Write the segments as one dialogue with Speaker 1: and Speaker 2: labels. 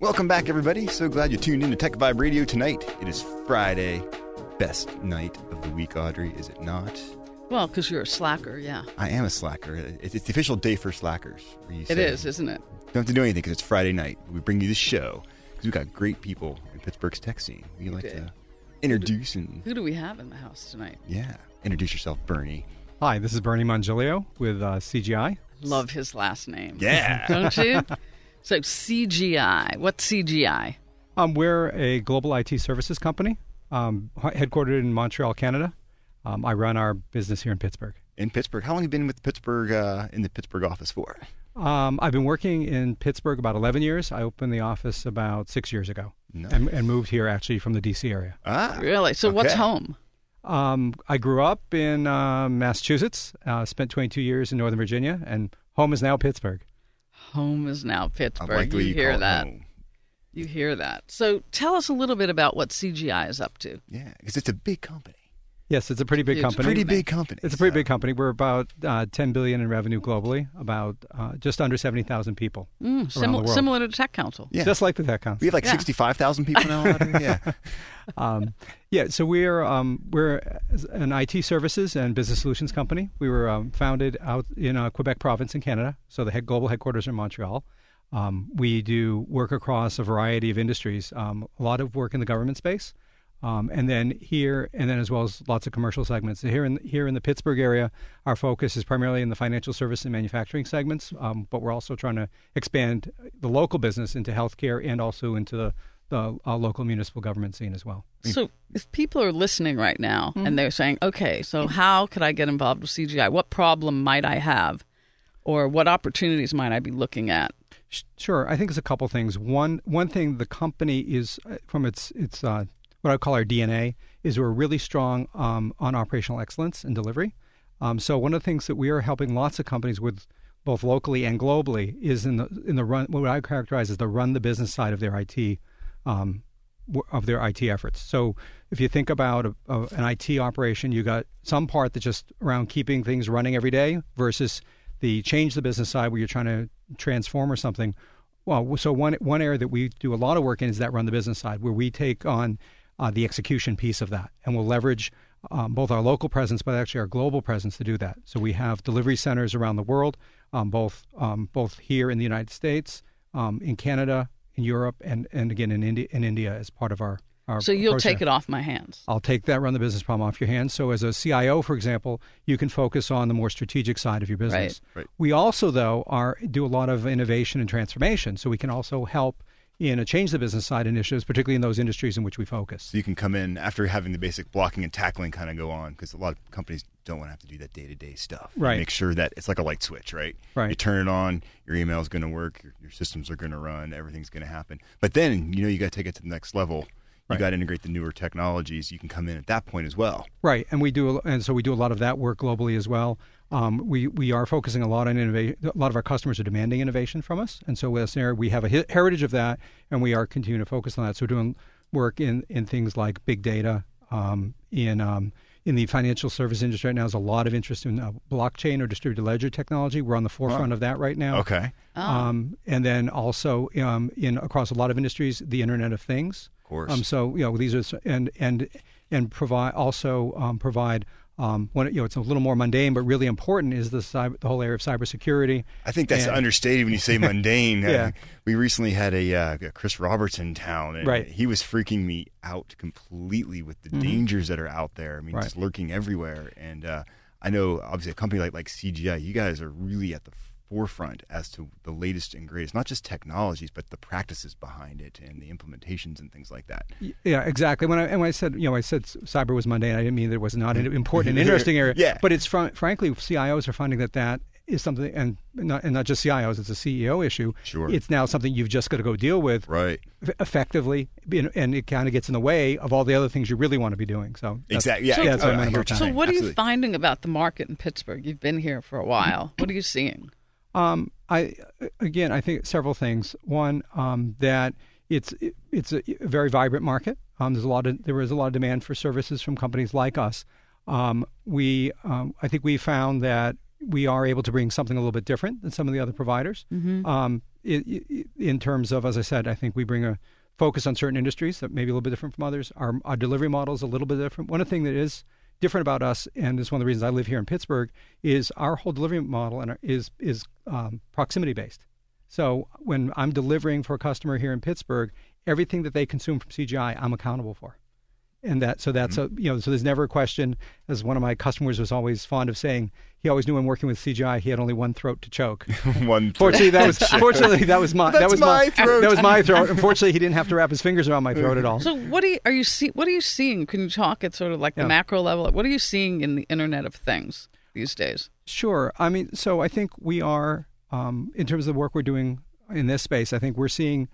Speaker 1: Welcome back, everybody. So glad you tuned in to Tech Vibe Radio tonight. It is Friday, best night of the week, Audrey, is it not?
Speaker 2: Well, because you're a slacker, yeah.
Speaker 1: I am a slacker. It's, it's the official day for slackers. where you
Speaker 2: It
Speaker 1: say-
Speaker 2: is, isn't it?
Speaker 1: Don't have to do anything because it's Friday night. We bring you the show because we got great people in Pittsburgh's tech scene. We like
Speaker 2: do.
Speaker 1: to introduce and,
Speaker 2: Who do we have in the house tonight?
Speaker 1: yeah, introduce yourself, Bernie.
Speaker 3: Hi, this is Bernie Mongilio with uh, CGI.
Speaker 2: Love his last name.
Speaker 1: Yeah.
Speaker 2: Don't you? so CGI. What's CGI?
Speaker 3: Um, we're a global IT services company um, h- headquartered in Montreal, Canada. Um, I run our business here in Pittsburgh.
Speaker 1: in Pittsburgh. How long have you been with Pittsburgh, uh, in the Pittsburgh office for?
Speaker 3: Um, I've been working in Pittsburgh about 11 years. I opened the office about six years ago and, and moved here actually from the DC area.
Speaker 1: Ah,
Speaker 2: Really? So what's
Speaker 1: Okay.
Speaker 2: home?
Speaker 3: Um, I grew up in uh, Massachusetts, uh, spent 22 years in Northern Virginia, and home is now Pittsburgh.
Speaker 2: Home is now
Speaker 1: I
Speaker 2: Pittsburgh.
Speaker 1: like the way you,
Speaker 2: hear
Speaker 1: call it
Speaker 2: that.
Speaker 1: home.
Speaker 2: You hear that. So tell us a little bit about what CGI is up to.
Speaker 1: Yeah, because it's a big company.
Speaker 3: Yes, it's a pretty big
Speaker 2: It's
Speaker 3: company.
Speaker 1: pretty big company.
Speaker 3: It's a pretty
Speaker 1: so-
Speaker 3: big company. We're about uh, 10 billion in revenue globally, about uh, just under 70,000 people.
Speaker 2: Mm,
Speaker 3: the
Speaker 2: simil-
Speaker 3: world.
Speaker 2: similar to Tech Council.
Speaker 1: Yeah.
Speaker 3: Just like the tech cons.
Speaker 1: We have like
Speaker 2: Yeah.
Speaker 1: 65,000 people now. out there? yeah.
Speaker 3: Um, yeah, so we're um, we're an IT services and business solutions company. We were um, founded out in uh, Quebec province in Canada, so the head, global headquarters are in Montreal. Um, we do work across a variety of industries, um, a lot of work in the government space, um, and then here, and then as well as lots of commercial segments. So here in here in the Pittsburgh area, our focus is primarily in the financial service and manufacturing segments, um, but we're also trying to expand the local business into healthcare and also into the the uh, local municipal government scene as well.
Speaker 2: So if people are listening right now and they're saying, okay, so how could I get involved with CGI? What problem might I have? Or what opportunities might I be looking at?
Speaker 3: Sh- Sure, I think it's a couple things. One one thing the company is uh, from its its uh, what I call our DNA is we're really strong um, on operational excellence and delivery. Um, so one of the things that we are helping lots of companies with, both locally and globally, is in the in the run what I characterize as the run the business side of their IT um, w- of their IT efforts. So if you think about a, a, an IT operation, you got some part that's just around keeping things running every day versus the change the business side where you're trying to transform or something. Well, so one one area that we do a lot of work in is that run the business side, where we take on uh, the execution piece of that, and we'll leverage um, both our local presence, but actually our global presence to do that. So we have delivery centers around the world, um, both um, both here in the United States, um, in Canada, in Europe, and and again in India in India as part of our. our
Speaker 2: So you'll
Speaker 3: approach
Speaker 2: take
Speaker 3: there.
Speaker 2: it off my hands.
Speaker 3: I'll take that run the business problem off your hands. So as a CIO, for example, you can focus on the more strategic side of your business.
Speaker 1: Right. Right.
Speaker 3: We also though are do a lot of innovation and transformation, so we can also help in a change the business side initiatives, particularly in those industries in which we focus.
Speaker 1: So you can come in after having the basic blocking and tackling kind of go on because a lot of companies don't want to have to do that day to day stuff. You
Speaker 3: Right.
Speaker 1: Make sure that it's like a light switch, right?
Speaker 3: Right.
Speaker 1: You turn it on, your email's going to work, your, your systems are going to run, everything's going to happen. But then, you know, you got to take it to the next level. You
Speaker 3: Right.
Speaker 1: got to integrate the newer technologies. You can come in at that point as well.
Speaker 3: Right, and we do, and so we do a lot of that work globally as well. Um, we we are focusing a lot on innovation. A lot of our customers are demanding innovation from us, and so with Snare, we have a he- heritage of that, and we are continuing to focus on that. So we're doing work in in things like big data, um, in um, in the financial service industry right now. There's a lot of interest in uh, blockchain or distributed ledger technology. We're on the forefront of that right now.
Speaker 1: Okay.
Speaker 3: Um, and then also um, in across a lot of industries, the Internet of Things. Of
Speaker 1: course.
Speaker 3: Um, so you know these are s- and and and provide also um, provide um, when it- you know it's a little more mundane but really important is the cyber, the whole area of cybersecurity.
Speaker 1: I think that's
Speaker 3: And-
Speaker 1: understated when you say mundane. I
Speaker 3: Yeah.
Speaker 1: mean, we recently had a, uh, a Chris Robertson town, and
Speaker 3: Right. Mm-hmm.
Speaker 1: he was freaking me out completely with the dangers that are out there. I mean,
Speaker 3: Right.
Speaker 1: just lurking everywhere. And uh, I know, obviously, a company like like CGI, you guys are really at the forefront as to the latest and greatest, not just technologies, but the practices behind it and the implementations and things like that.
Speaker 3: Y- Yeah, exactly. When I and when I said you know I said c- cyber was mundane, I didn't mean there was not an important and interesting area.
Speaker 1: Yeah.
Speaker 3: But it's fr- frankly, CIOs are finding that that is something, and not and not just CIOs. It's a CEO issue.
Speaker 1: Sure.
Speaker 3: It's now something you've just got to go deal with
Speaker 1: Right.
Speaker 3: f- effectively, and and it kind of gets in the way of all the other things you really want to be doing. So that's-
Speaker 1: Exactly. Yeah,
Speaker 3: yeah, that's
Speaker 1: I-
Speaker 3: what I
Speaker 1: I hear
Speaker 3: meant
Speaker 1: what
Speaker 3: about
Speaker 1: you're
Speaker 3: that.
Speaker 2: So,
Speaker 1: Right,
Speaker 2: what are you
Speaker 1: absolutely.
Speaker 2: finding about the market in Pittsburgh? You've been here for a while. What are you seeing?
Speaker 3: Um, I again, I think several things. One, um, that it's it's a very vibrant market. Um, there's a lot of there is a lot of demand for services from companies like us. Um, we um, I think we found that we are able to bring something a little bit different than some of the other providers. Um, i i in terms of, as I said, I think we bring a focus on certain industries that may be a little bit different from others. Our, our delivery model is a little bit different. One of the things that is different about us, and it's one of the reasons I live here in Pittsburgh, is our whole delivery model and our, is is um, proximity based. So when I'm delivering for a customer here in Pittsburgh, everything that they consume from CGI, I'm accountable for and that so that's
Speaker 1: Mm-hmm.
Speaker 3: a you know so there's never a question as one of my customers was always fond of saying he always knew when working with CGI he had only one throat to choke
Speaker 1: One.
Speaker 3: fortunately that was fortunately that was my that
Speaker 1: That's
Speaker 3: was my,
Speaker 1: my throat.
Speaker 3: that was my throat unfortunately he didn't have to wrap his fingers around my throat at all
Speaker 2: So, what are you, are you see? What are you seeing? Can you talk at sort of like the
Speaker 3: Yeah.
Speaker 2: macro level? What are you seeing in the Internet of Things these days?
Speaker 3: Sure. I mean, so I think we are, um, in terms of the work we're doing in this space, I think we're seeing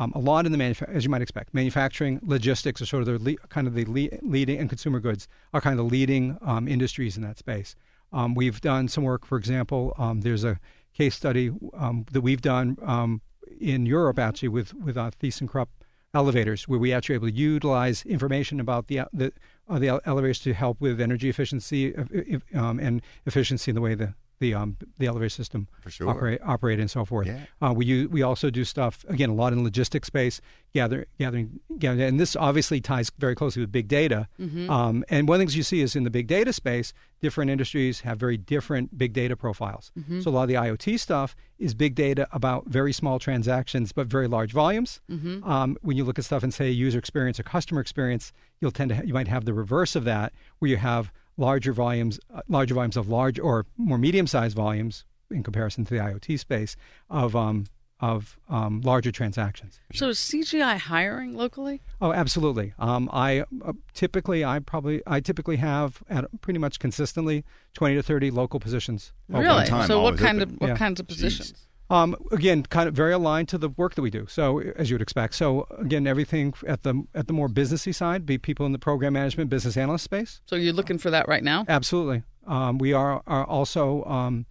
Speaker 3: um, a lot in the manufa- as you might expect. Manufacturing, logistics are sort of the le- kind of the le- leading, and consumer goods are kind of the leading um, industries in that space. Um, we've done some work, for example, um, there's a case study um, that we've done um, in Europe actually with with uh, ThyssenKrupp elevators, where we actually able to utilize information about the the, uh, the ele- elevators to help with energy efficiency uh, if- um, and efficiency in the way the the um, the elevator system
Speaker 1: sure.
Speaker 3: operate operate and so forth.
Speaker 1: Yeah.
Speaker 3: Uh, we u- we also do stuff again a lot in logistics space, gather gathering gathering, and this obviously ties very closely with big data. Um, and one of the things you see is in the big data space, different industries have very different big data profiles. So a lot of the IoT stuff is big data about very small transactions but very large volumes. Um, when you look at stuff and say user experience or customer experience, you'll tend to ha- you might have the reverse of that, where you have larger volumes, uh, larger volumes of large or more medium-sized volumes in comparison to the IoT space of um, of um, larger transactions.
Speaker 2: So, is CGI hiring locally?
Speaker 3: Oh, absolutely. Um, I uh, typically, I probably, I typically have at pretty much consistently twenty to thirty local positions. open.
Speaker 2: really?
Speaker 1: time,
Speaker 2: so, what
Speaker 1: always
Speaker 2: kind
Speaker 1: open.
Speaker 2: of what
Speaker 3: Yeah.
Speaker 2: kinds of positions?
Speaker 3: Um, again, kind of very aligned to the work that we do. So, as you would expect. So, again, everything at the at the more businessy side, be people in the program management, business analyst space.
Speaker 2: So, you're looking for that right now.
Speaker 3: Absolutely. Um, we are, are also um,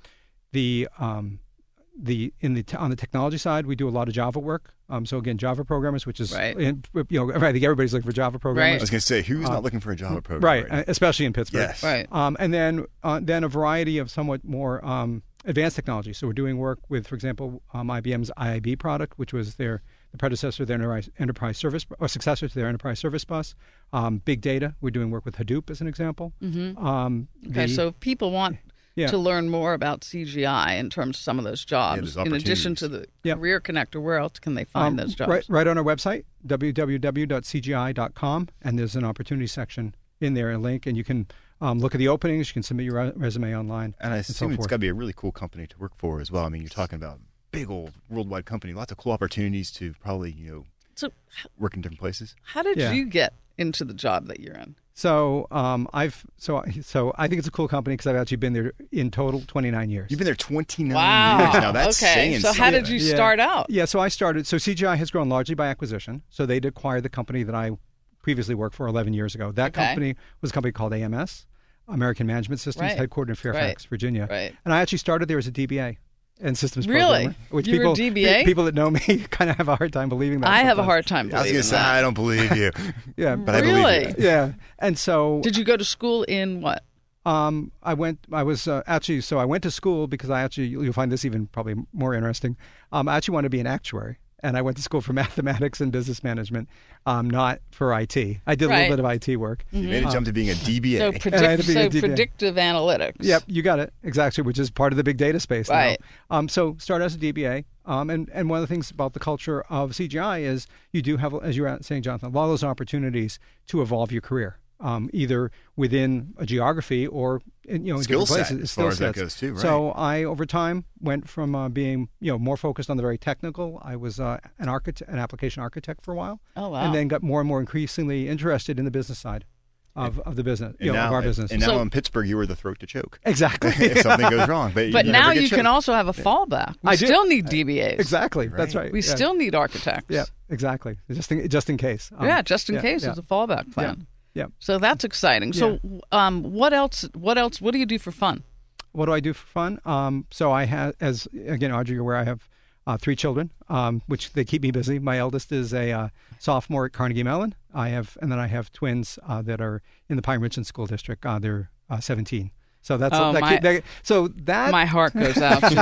Speaker 3: the um, the in the t- on the technology side, we do a lot of Java work. Um, so again, Java programmers, which is
Speaker 2: Right.
Speaker 3: and, you know I think everybody's looking for Java
Speaker 1: I
Speaker 3: programmers,
Speaker 1: was going to say, who's not looking for a Java program?
Speaker 3: Uh, right?
Speaker 1: now?
Speaker 3: uh, Especially in Pittsburgh,
Speaker 1: Yes.
Speaker 2: Right.
Speaker 3: Um, and then uh, then a variety of somewhat more um, advanced technology. So we're doing work with, for example, um, IBM's IIB product, which was their the predecessor, their enterprise, enterprise service or successor to their enterprise service bus. Um, big data. We're doing work with Hadoop as an example. Um,
Speaker 2: Mm-hmm. Okay,
Speaker 3: the-
Speaker 2: so if people want
Speaker 3: Yeah.
Speaker 2: to learn more about CGI in terms of some of those jobs,
Speaker 1: there's
Speaker 2: in addition to the
Speaker 3: Yeah.
Speaker 2: Career Connector, where else can they find
Speaker 3: Um,
Speaker 2: those jobs?
Speaker 3: Right, right on our website, www.cgi.com, and there's an opportunity section in there, a link, and you can um, look at the openings. You can submit your re- resume online.
Speaker 1: And I
Speaker 3: so
Speaker 1: assume it's
Speaker 3: forth.
Speaker 1: got to be a really cool company to work for as well. I mean, you're talking about big old worldwide company, lots of cool opportunities to probably you know
Speaker 2: So,
Speaker 1: work in different places.
Speaker 2: how did
Speaker 3: Yeah.
Speaker 2: you get into the job that you're in?
Speaker 3: So um, I've so so I think it's a cool company because I've actually been there in total 29 years.
Speaker 1: You've been there 29
Speaker 2: Wow.
Speaker 1: years now. That's
Speaker 2: okay.
Speaker 1: saying
Speaker 2: So, how
Speaker 1: something.
Speaker 2: did you start out?
Speaker 3: Yeah, so I started. So CGI has grown largely by acquisition. So they acquired the company that I previously worked for 11 years ago. That
Speaker 2: Okay.
Speaker 3: company was a company called AMS, American Management Systems,
Speaker 2: Right.
Speaker 3: headquartered in Fairfax,
Speaker 2: Right.
Speaker 3: Virginia.
Speaker 2: Right.
Speaker 3: And I actually started there as a DBA and systems
Speaker 2: Really?
Speaker 3: programmer, which
Speaker 2: You were
Speaker 3: people
Speaker 2: DBA?
Speaker 3: people that know me kind of have a hard time believing that.
Speaker 2: I have a
Speaker 3: sometimes.
Speaker 2: hard Mm. time
Speaker 1: I was
Speaker 2: believing
Speaker 1: going to say,
Speaker 2: that.
Speaker 1: I don't believe you.
Speaker 3: Yeah,
Speaker 1: But I believe
Speaker 2: Really?
Speaker 1: you.
Speaker 3: yeah. And so
Speaker 2: Did you go to school in what?
Speaker 3: Um, I went. I was uh, actually. So I went to school because I actually. You'll find this even probably more interesting. Um, I actually wanted to be an actuary, and I went to school for mathematics and business management, um, not for IT. I did
Speaker 2: Right.
Speaker 3: a little bit of IT work.
Speaker 1: You
Speaker 2: Mm-hmm.
Speaker 1: made a jump to being a DBA.
Speaker 2: So,
Speaker 3: I had
Speaker 2: predict,
Speaker 3: to be a
Speaker 2: so
Speaker 3: DBA.
Speaker 2: predictive analytics.
Speaker 3: Yep, you got it exactly, which is part of the big data space. now.
Speaker 2: Right.
Speaker 3: Um, so start as a DBA, um, and and one of the things about the culture of CGI is you do have, as you were saying, Jonathan, a lot of those opportunities to evolve your career. um, either within a geography or in, you know in
Speaker 1: Skill
Speaker 3: different places.
Speaker 1: set, as
Speaker 3: skill
Speaker 1: far as that
Speaker 3: sets.
Speaker 1: goes, too, right.
Speaker 3: So I over time went from uh, being you know more focused on the very technical. I was uh, an architect, an application architect for a while.
Speaker 2: Oh, wow.
Speaker 3: And then got more and more increasingly interested in the business side of, of the business,
Speaker 1: And
Speaker 3: you know,
Speaker 1: now,
Speaker 3: of our business.
Speaker 1: And now
Speaker 2: So-
Speaker 1: in Pittsburgh, you were the throat to choke.
Speaker 3: exactly.
Speaker 1: if something goes wrong, but,
Speaker 2: But
Speaker 1: you
Speaker 2: now
Speaker 1: never get
Speaker 2: you can
Speaker 1: choked.
Speaker 2: also have a fallback. We
Speaker 3: I do.
Speaker 2: still need DBAs.
Speaker 3: Exactly. That's
Speaker 1: Right.
Speaker 3: right.
Speaker 2: We
Speaker 3: Yeah.
Speaker 2: still need architects.
Speaker 3: Yeah, exactly. Just in, just in case. Um,
Speaker 2: yeah, just in
Speaker 3: yeah,
Speaker 2: case
Speaker 3: yeah.
Speaker 2: it's a fallback plan.
Speaker 3: Yeah.
Speaker 2: So that's exciting. So, um, what else? What else? What do you do for fun?
Speaker 3: What do I do for fun? Um, so I have, as again, Audrey, you're aware, I have uh, three children, um, which they keep me busy. My eldest is a uh, sophomore at Carnegie Mellon. I have, and then I have twins uh, that are in the Pine Richland School District. Uh, they're uh, 17. So that's
Speaker 2: Oh,
Speaker 3: that,
Speaker 2: my-
Speaker 3: keep- that- so that
Speaker 2: My heart goes out to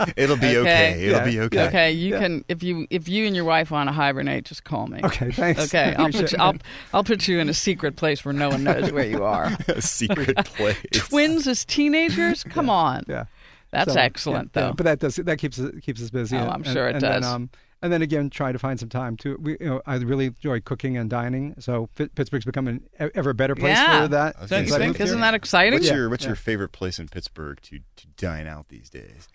Speaker 2: you.
Speaker 1: It'll be okay.
Speaker 2: Okay.
Speaker 1: It'll
Speaker 3: Yeah.
Speaker 1: be okay.
Speaker 2: Okay, you can if you if you and your wife want to hibernate, just call me.
Speaker 3: Okay, thanks.
Speaker 2: Okay, I'll put
Speaker 3: Appreciate
Speaker 2: you,
Speaker 3: it.
Speaker 2: I'll I'll put you in a secret place where no one knows where you are.
Speaker 1: A secret place.
Speaker 2: Twins as teenagers? Come on.
Speaker 3: yeah.
Speaker 2: That's
Speaker 3: So,
Speaker 2: excellent
Speaker 3: yeah, yeah,
Speaker 2: though.
Speaker 3: but that does that keeps us- keeps us busy.
Speaker 2: Oh,
Speaker 3: and-
Speaker 2: I'm
Speaker 3: and-
Speaker 2: sure it
Speaker 3: and then,
Speaker 2: does.
Speaker 3: um, and then again, try to find some time to. We, you know, I really enjoy cooking and dining, so Pit- Pittsburgh's become an e- ever better place
Speaker 2: yeah.
Speaker 3: for that.
Speaker 1: was
Speaker 2: Don't
Speaker 1: gonna
Speaker 2: you
Speaker 1: say,
Speaker 2: think?
Speaker 1: yeah.
Speaker 2: Isn't that exciting?
Speaker 1: What's your What's your favorite place in Pittsburgh to to dine out these days?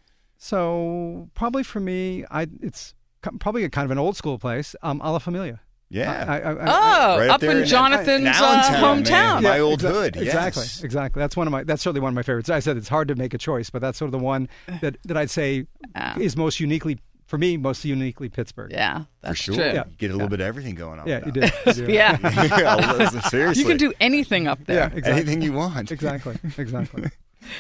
Speaker 3: So probably for me, I it's co- probably a kind of an old school place, um, a la Familia.
Speaker 1: Yeah.
Speaker 3: I, I, I, I,
Speaker 2: Oh,
Speaker 1: Right up
Speaker 2: up,
Speaker 1: there
Speaker 2: in
Speaker 1: in
Speaker 2: Jonathan's uh,
Speaker 1: Downtown, man.
Speaker 2: hometown.
Speaker 1: My old hood,
Speaker 3: Exactly,
Speaker 1: yes.
Speaker 3: exactly. That's one of my. That's certainly one of my favorites. I said it's hard to make a choice, but that's sort of the one that, that I'd say
Speaker 2: Ah.
Speaker 3: is most uniquely for me, most uniquely Pittsburgh.
Speaker 2: Yeah,
Speaker 1: For
Speaker 2: that's
Speaker 1: sure.
Speaker 2: true.
Speaker 1: You get a little bit of everything going on.
Speaker 3: yeah,
Speaker 1: with
Speaker 3: you
Speaker 1: that.
Speaker 3: did. You did.
Speaker 2: Yeah.
Speaker 1: Yeah, listen, Seriously.
Speaker 2: you can do anything up there.
Speaker 3: yeah, exactly,
Speaker 1: anything you want.
Speaker 3: exactly, exactly.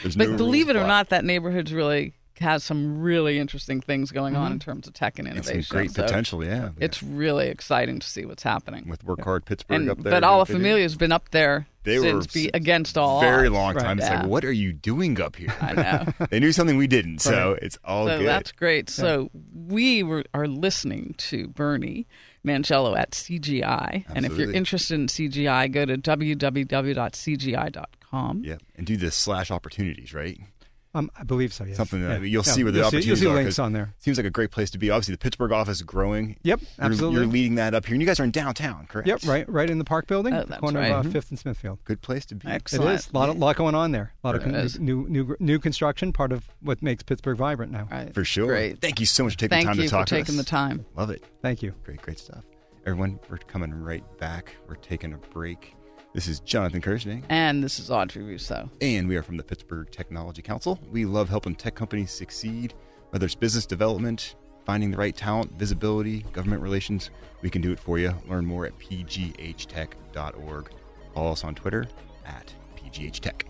Speaker 1: There's
Speaker 2: But
Speaker 1: no
Speaker 2: believe
Speaker 1: rules
Speaker 2: it or
Speaker 1: blocked.
Speaker 2: not, that neighborhood's really has some really interesting things going on in terms of tech and
Speaker 1: And
Speaker 2: innovation.
Speaker 1: Mm-hmm. some great
Speaker 2: So
Speaker 1: potential. Yeah.
Speaker 2: It's really exciting to see what's happening.
Speaker 1: with work hard Pittsburgh
Speaker 2: And
Speaker 1: up there.
Speaker 2: but
Speaker 1: you know
Speaker 2: Ala
Speaker 1: what they do?
Speaker 2: Familia's been up there
Speaker 1: They were
Speaker 2: since be against all
Speaker 1: very
Speaker 2: odds.
Speaker 1: long
Speaker 3: Right.
Speaker 1: time. It's
Speaker 2: Yeah.
Speaker 1: like, what are you doing up here?
Speaker 2: I know.
Speaker 1: they knew something we didn't, so it's all
Speaker 2: so
Speaker 1: Oh, good.
Speaker 2: that's great. So we were, are listening to Bernie Mancello at CGI. And if you're
Speaker 1: Absolutely.
Speaker 2: interested in CGI, go to www.cgi.com.
Speaker 1: yeah, and do the slash opportunities, right?
Speaker 3: Um, I believe so. Yes.
Speaker 1: Something that
Speaker 3: Yeah.
Speaker 1: you'll
Speaker 3: Yeah,
Speaker 1: see where the
Speaker 3: you'll
Speaker 1: opportunities
Speaker 3: you'll see
Speaker 1: are, 'cause
Speaker 3: links on there.
Speaker 1: Seems like a great place to be. Obviously, the Pittsburgh office is growing.
Speaker 3: Yep,
Speaker 1: You're-
Speaker 3: absolutely.
Speaker 1: You're, leading that up here, and you guys are in downtown, correct?
Speaker 3: Yep, right, right in the park building,
Speaker 2: Oh,
Speaker 3: the
Speaker 2: that's
Speaker 3: corner
Speaker 2: right.
Speaker 3: of uh,
Speaker 2: Mhm.
Speaker 3: Fifth and Smithfield.
Speaker 1: Good place to be.
Speaker 2: Excellent.
Speaker 3: It is a lot, of, lot going on there. A lot of
Speaker 2: There is.
Speaker 3: con- new, new, new construction, part of what makes Pittsburgh vibrant now.
Speaker 2: Right.
Speaker 1: For sure.
Speaker 2: Great.
Speaker 1: Thank you so much for taking
Speaker 2: Thank
Speaker 1: the time
Speaker 2: you
Speaker 1: to talk
Speaker 2: for taking
Speaker 1: to
Speaker 2: the
Speaker 1: us.
Speaker 2: time.
Speaker 1: Love it.
Speaker 3: Thank you.
Speaker 1: Great, great stuff. Everyone, we're coming right back. We're taking a break. This is Jonathan Kirsting.
Speaker 2: And this is Audrey Rousseau.
Speaker 1: and we are from the Pittsburgh Technology Council. We love helping tech companies succeed, whether it's business development, finding the right talent, visibility, government relations. We can do it for you. Learn more at pghtech.org. Follow us on Twitter at pghtech.